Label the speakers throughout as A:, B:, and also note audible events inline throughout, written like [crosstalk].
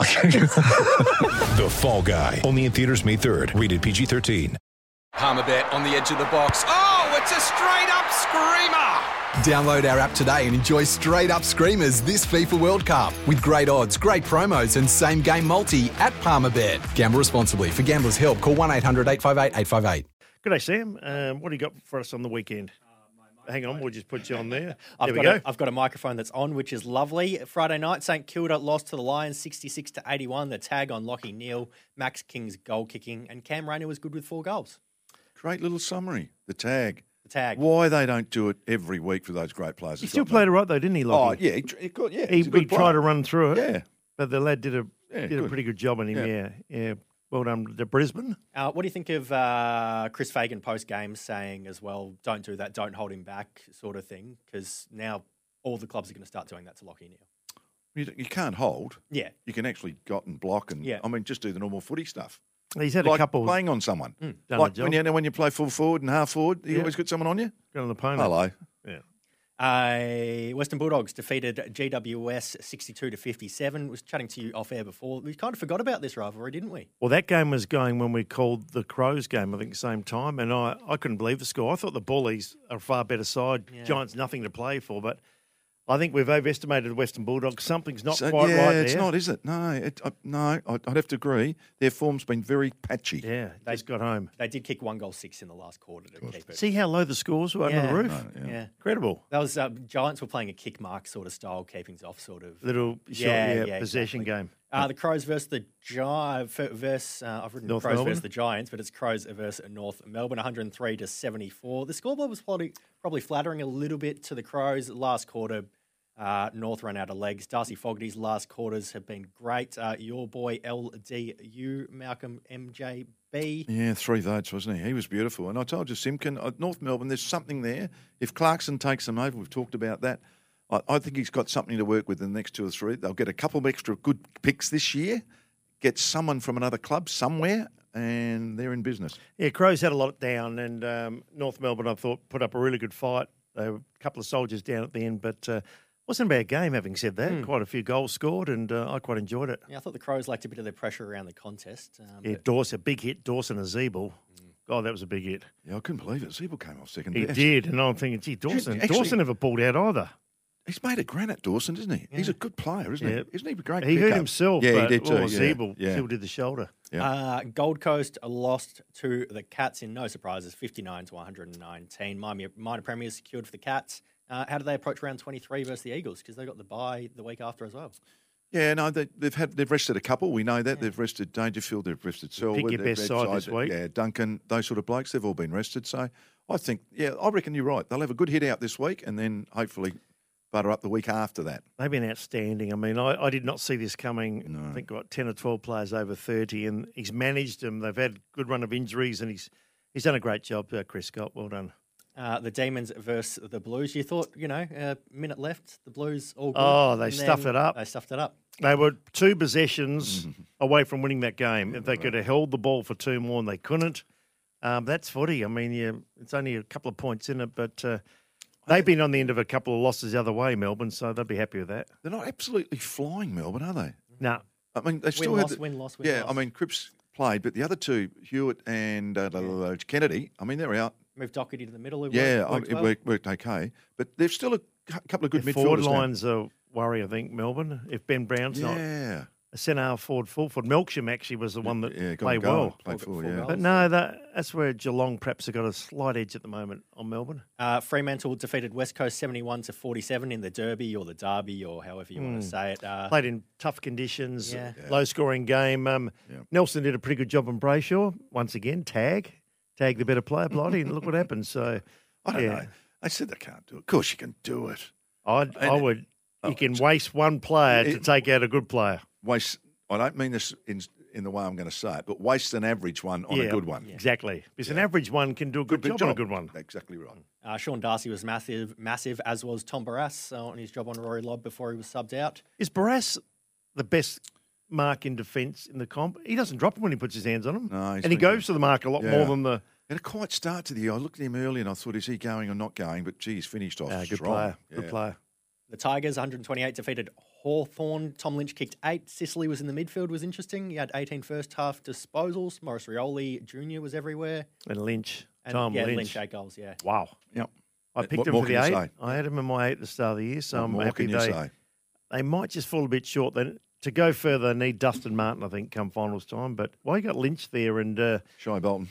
A: The Fall Guy. Only in theaters May 3rd. Rated PG-13.
B: Palmerbet on the edge of the box. Oh, it's a straight up screamer! Download our app today and enjoy straight up screamers this FIFA World Cup with great odds, great promos, and same game multi at Palmerbet. Gamble responsibly. For gamblers' help, call 1 800 858 858.
C: Good day, Sam. Um, what do you got for us on the weekend? Hang on, we'll just put you on
D: [laughs]
C: there.
E: I've
C: there we
E: got
C: go.
E: A, I've got a microphone that's on, which is lovely. Friday night, St Kilda lost to the Lions, sixty-six to eighty-one. The tag on Lockie Neal, Max King's goal kicking, and Cam Rainer was good with four goals.
D: Great little summary. The tag.
E: The tag.
D: Why they don't do it every week for those great players?
C: he
D: is
C: still
D: not
C: played it
D: known.
C: right though, didn't he?
D: Oh
C: Lockie?
D: yeah, he, tr- he got yeah.
C: he,
D: he's a good
C: he tried to
D: player.
C: run through it.
D: Yeah.
C: but the lad did a
D: Yeah,
C: did a
D: good.
C: pretty good job on him. Yeah,
D: Yeah.
C: yeah. Well done to Brisbane.
E: Uh, what do you think of uh, Chris Fagan post game saying as well, "Don't do that, don't hold him back," sort of thing? Because now all the clubs are going to start doing that to Lockie Neal.
D: You, d- you can't hold.
E: Yeah,
D: You can actually gut and block and
E: Yeah.
D: I mean just do the normal footy stuff.
C: He's had
D: like
C: a couple
D: playing on someone.
C: done
D: Like
C: the
D: when
C: job.
D: you when you play full forward and half forward, you
C: Yeah.
D: always got someone on you.
C: good on the opponent.
D: Hello.
C: Yeah.
E: Uh, Western Bulldogs defeated GWS 62 to 57. Was chatting to you off air before. We kind of forgot about this rivalry, didn't we?
C: Well, that game was going when we called the Crows game, I think, same time, and I, I couldn't believe the score. I thought the Bullies are a far better side. Giants, nothing to play for, but I think we've overestimated the Western Bulldogs. Something's not
D: So,
C: quite
D: yeah,
C: right there.
D: it's not, is it? No, it, I, no. I'd, I'd have to agree. Their form's been very patchy.
C: Yeah, they just got home.
E: They did kick one goal six in the last quarter to keep it.
C: See how low the scores were under
E: Yeah.
C: the roof?
E: yeah.
C: Incredible.
E: That was uh, Giants were playing a kick mark sort of style, keepings off sort of.
C: Little short,
E: Yeah,
C: yeah,
E: yeah,
C: possession
E: exactly.
C: game.
E: Uh, the Crows versus the Giants. Versus uh, I've written
C: North
E: Crows
C: Melbourne?
E: versus the Giants, but it's Crows versus North Melbourne, 103 to 74. The scoreboard was probably, probably flattering a little bit to the Crows last quarter. Uh, North ran out of legs. Darcy Fogarty's last quarters have been great. Uh, your boy LDU Malcolm MJB.
D: Yeah, three votes, wasn't he? He was beautiful. And I told you, Simkin, uh, North Melbourne, there's something there. If Clarkson takes them over, we've talked about that. I, I think he's got something to work with in the next two or three. They'll get a couple of extra good picks this year, get someone from another club somewhere, and they're in business.
C: Yeah, Crows had a lot down, and um, North Melbourne, I thought, put up a really good fight. They were a couple of soldiers down at the end, but uh, wasn't a bad game, having said that. Quite a few goals scored, and uh, I quite enjoyed it.
E: Yeah, I thought the Crows liked a bit of their pressure around the contest. Um,
C: Yeah, Hmm. Dawson, a big hit, Dawson and Zeeble. God, that was a big hit.
D: Yeah, I couldn't believe it. Siebel came off second.
C: He
D: Yes.
C: did, and I'm thinking, gee, Dawson.
D: actually-
C: Dawson never pulled out either.
D: He's made a granite, Dawson, isn't he? He's a good player, isn't
C: Yeah.
D: he? Isn't he a great
C: He hurt
D: pickup?
C: himself,
D: Yeah,
C: but
D: he did too.
C: oh,
D: yeah.
C: Zeeble
D: yeah.
C: still did the shoulder.
D: Yeah.
E: Uh, Gold Coast lost to the Cats in no surprises, 59 to 119. Minor, minor premiers secured for the Cats. Uh, how do they approach round 23 versus the Eagles? Because they got the bye the week after as well.
D: Yeah, no, they, they've had they've rested a couple. We know that they've rested Dangerfield, they've rested Selwood,
C: your
D: they've
C: best
D: rested
C: side this
D: Syd-
C: week.
D: Yeah, Duncan, those sort of blokes, they've all been rested. So I think, yeah, I reckon you're right. They'll have a good hit out this week, and then hopefully butter up the week after that.
C: They've been outstanding. I mean, I, I did not see this coming. I think got ten or twelve players over thirty, and he's managed them. They've had good run of injuries, and he's he's done a great job, uh, Chris Scott. Well done.
E: Uh, the Demons versus the Blues. You thought, you know, a minute left, the Blues all good.
C: Oh, they
E: and
C: stuffed
E: then
C: it up.
E: They stuffed it up.
C: They were two possessions away from winning that game. If they could have held the ball for two more, and they couldn't. Um, that's footy. I mean, you, it's only a couple of points in it, but uh, they've been on the end of a couple of losses the other way, Melbourne. So they'll be happy with that.
D: They're not absolutely flying, Melbourne, are they?
C: No,
D: I mean, they still had
E: loss,
D: the-
E: win, loss, win,
D: Yeah, I
E: loss.
D: mean, Cripps played, but the other two, Hewitt and uh, Kennedy, I mean, they're out.
E: Moved Doherty to the middle. who
D: Yeah,
E: worked,
D: I-
E: worked
D: it
E: well.
D: worked, worked okay, but they've still a cou- couple of good midfielders.
C: their forward
D: now.
C: lines are worry. I think Melbourne. If Ben Brown's not
D: Yeah.
C: a centre half forward, full forward. Milksham actually was the one that
D: Yeah, got
C: played
D: goal,
C: well.
D: Played
E: Full-
D: full,
E: full
D: yeah.
E: goal.
C: But no, that, that's where Geelong perhaps have got a slight edge at the moment on Melbourne.
E: Uh, Fremantle defeated West Coast 71 to 47 in the Derby or the Derby or however you
C: Hmm.
E: want to say it. Uh,
C: Played in tough conditions,
E: Yeah.
C: low scoring game. Um, Nelson did a pretty good job on Brayshaw. Once again, tag, tag the better player, Blighty, and look what happened. So
D: [laughs] I don't
C: yeah.
D: know. They said they can't do it. Of course you can do it.
C: I'd, I
D: And- oh,
C: would. You can waste one player to
D: It-
C: take out a good player.
D: Waste. I don't mean this in in the way I'm going to say it, but wastes an average one on a good one.
C: Exactly. Because an average one can do a good, job, on a good one. Mm.
D: Exactly right.
E: Uh, Sean Darcy was massive, massive, as was Tom Barras uh, on his job on Rory Lobb before he was subbed out.
C: Is Barras the best mark in defence in the comp? He doesn't drop them when he puts his hands on them.
D: No, he's
C: and he
D: pretty
C: goes to the mark a lot
D: Yeah.
C: more than the.
D: Had a quiet start to the year. I looked at him early and I thought, is he going or not going? But gee, he's finished off
C: Ah, good
D: strong.
C: player.
D: Yeah.
C: Good player.
E: The Tigers, 128, defeated Hawthorn. Tom Lynch kicked eight. Sicily was in the midfield, was interesting. He had 18 first half disposals. Morris Rioli Jr. was everywhere.
C: And Lynch.
E: And
C: Tom
E: yeah,
C: Lynch.
E: eight goals, yeah.
C: Wow.
D: Yep.
C: I
D: What
C: picked him
D: more
C: for the
D: can
C: eight.
D: you say?
C: I had him in my eight at the start of the year, so
D: What
C: I'm
D: more
C: happy
D: can you
C: they,
D: say?
C: they might just fall a bit short. Then to go further, they need Dustin Martin, I think, come finals time. But well, you got Lynch there and uh,
D: Shy Bolton.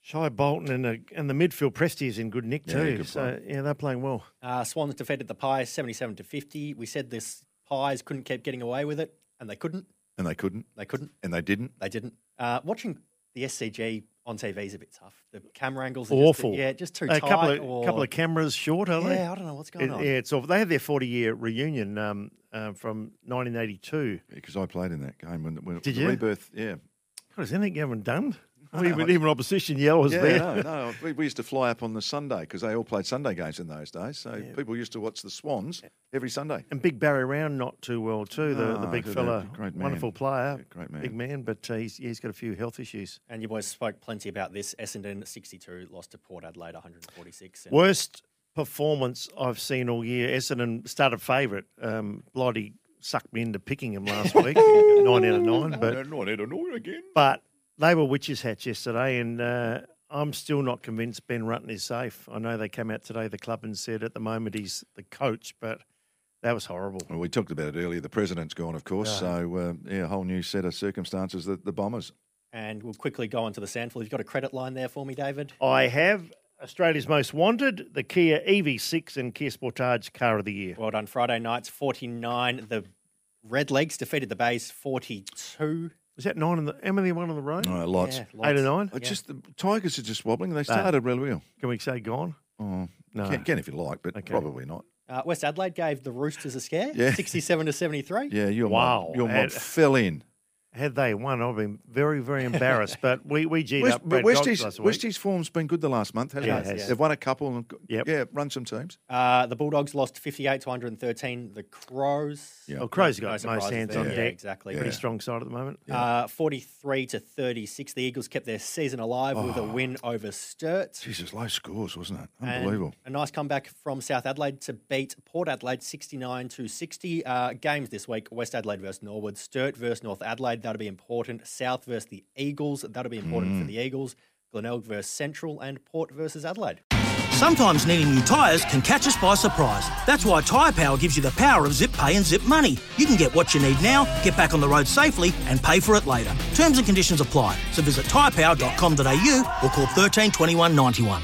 C: Shai Bolton and the, and the midfield Presti is in good nick
D: Yeah,
C: too.
D: good
C: so yeah, they're playing well.
E: Uh, Swans defeated the Pies 77 to 50. We said this Pies couldn't keep getting away with it, and they couldn't.
D: And they couldn't.
E: They couldn't.
D: And they didn't.
E: They didn't. Uh, watching the SCG on TV is a bit tough. The camera angles are
C: Awful.
E: Just, yeah, just too
C: a
E: tight.
C: couple of
E: or,
C: couple of cameras short, are they?
E: yeah, I don't know what's going
C: It-
E: on.
C: yeah, it's awful. They had their 40 year reunion um, uh, from 1982.
D: Because I played in that game when, when
C: Did
D: the
C: you?
D: rebirth. Yeah.
C: God, is anything you
D: [laughs]
C: haven't done? even, even opposition yell was
D: Yeah,
C: there.
D: no, no. We, we used to fly up on the Sunday because they all played Sunday games in those days. So people used to watch the Swans every Sunday.
C: And big Barry Round not too well too. The, the
D: No,
C: big
D: good,
C: fella,
D: uh, great man.
C: wonderful player,
D: Yeah, great man.
C: big man. But uh, he's, he's got a few health issues.
E: And you boys spoke plenty about this. Essendon 62 lost to Port Adelaide 146. And
C: Worst performance I've seen all year. Essendon started favourite. Um, Bloody sucked me into picking him
D: [laughs]
C: last week, nine out of nine. But
D: no, I don't know again.
C: but they were witches' hats yesterday, and uh, I'm still not convinced Ben Rutten is safe. I know they came out today, the club, and said at the moment he's the coach, but that was horrible.
D: Well, we talked about it earlier. The president's gone, of course. So, uh, yeah, a whole new set of circumstances that the Bombers.
E: And we'll quickly go on to the Sandful. You've got a credit line there for me, David.
C: I have Australia's Most Wanted, the Kia EV6, and Kia Sportage Car of the Year.
E: Well done. Friday nights 49. The Red Legs defeated the Bays 42.
C: Is that nine on the? How many one on the road?
D: Oh, lots.
E: Yeah,
C: Eight
E: lots.
C: or nine?
D: It's just the Tigers are just wobbling. They started real well.
C: Can we say gone?
D: Oh,
C: No.
D: can, can if you like, but
C: Okay.
D: probably not.
E: Uh, West Adelaide gave the Roosters a scare,
D: Yeah.
E: 67 to 73.
D: Yeah, your
C: Wow.
D: mob, your mob
C: And-
D: fell in.
C: Had they won, I've been
D: [laughs]
C: very, very embarrassed. but we we G'd
D: West,
C: up
D: but
C: Brad Dogs
D: Westies,
C: last week.
D: Westies form's been good the last month, hasn't
C: Yeah,
D: it?
C: it has.
D: They've won a couple and
C: Yep.
D: yeah, run some teams.
E: Uh, the Bulldogs lost 58 to 113. The Crows.
D: Yeah.
C: Oh, Crow's got
E: No
C: most
E: surprises
C: hands
E: there.
C: on
E: Yeah,
C: deck.
E: exactly.
C: Pretty
E: Yeah.
C: strong side at the moment.
E: Uh, 43 to 36. The Eagles kept their season alive with a
C: Oh.
E: win over Sturt.
D: Jesus, low scores, wasn't it?
E: And
D: Unbelievable.
E: A nice comeback from South Adelaide to beat Port Adelaide 69 to 60. Uh, games this week West Adelaide versus Norwood, Sturt versus North Adelaide. That'll be important. South versus the Eagles. That'll be important for the Eagles. Glenelg versus Central and Port versus Adelaide.
F: Sometimes needing new tyres can catch us by surprise. That's why Tyre Power gives you the power of zip pay and zip money. You can get what you need now, get back on the road safely, and pay for it later. Terms and conditions apply. So visit tyrepower.com.au or call 13 21 91.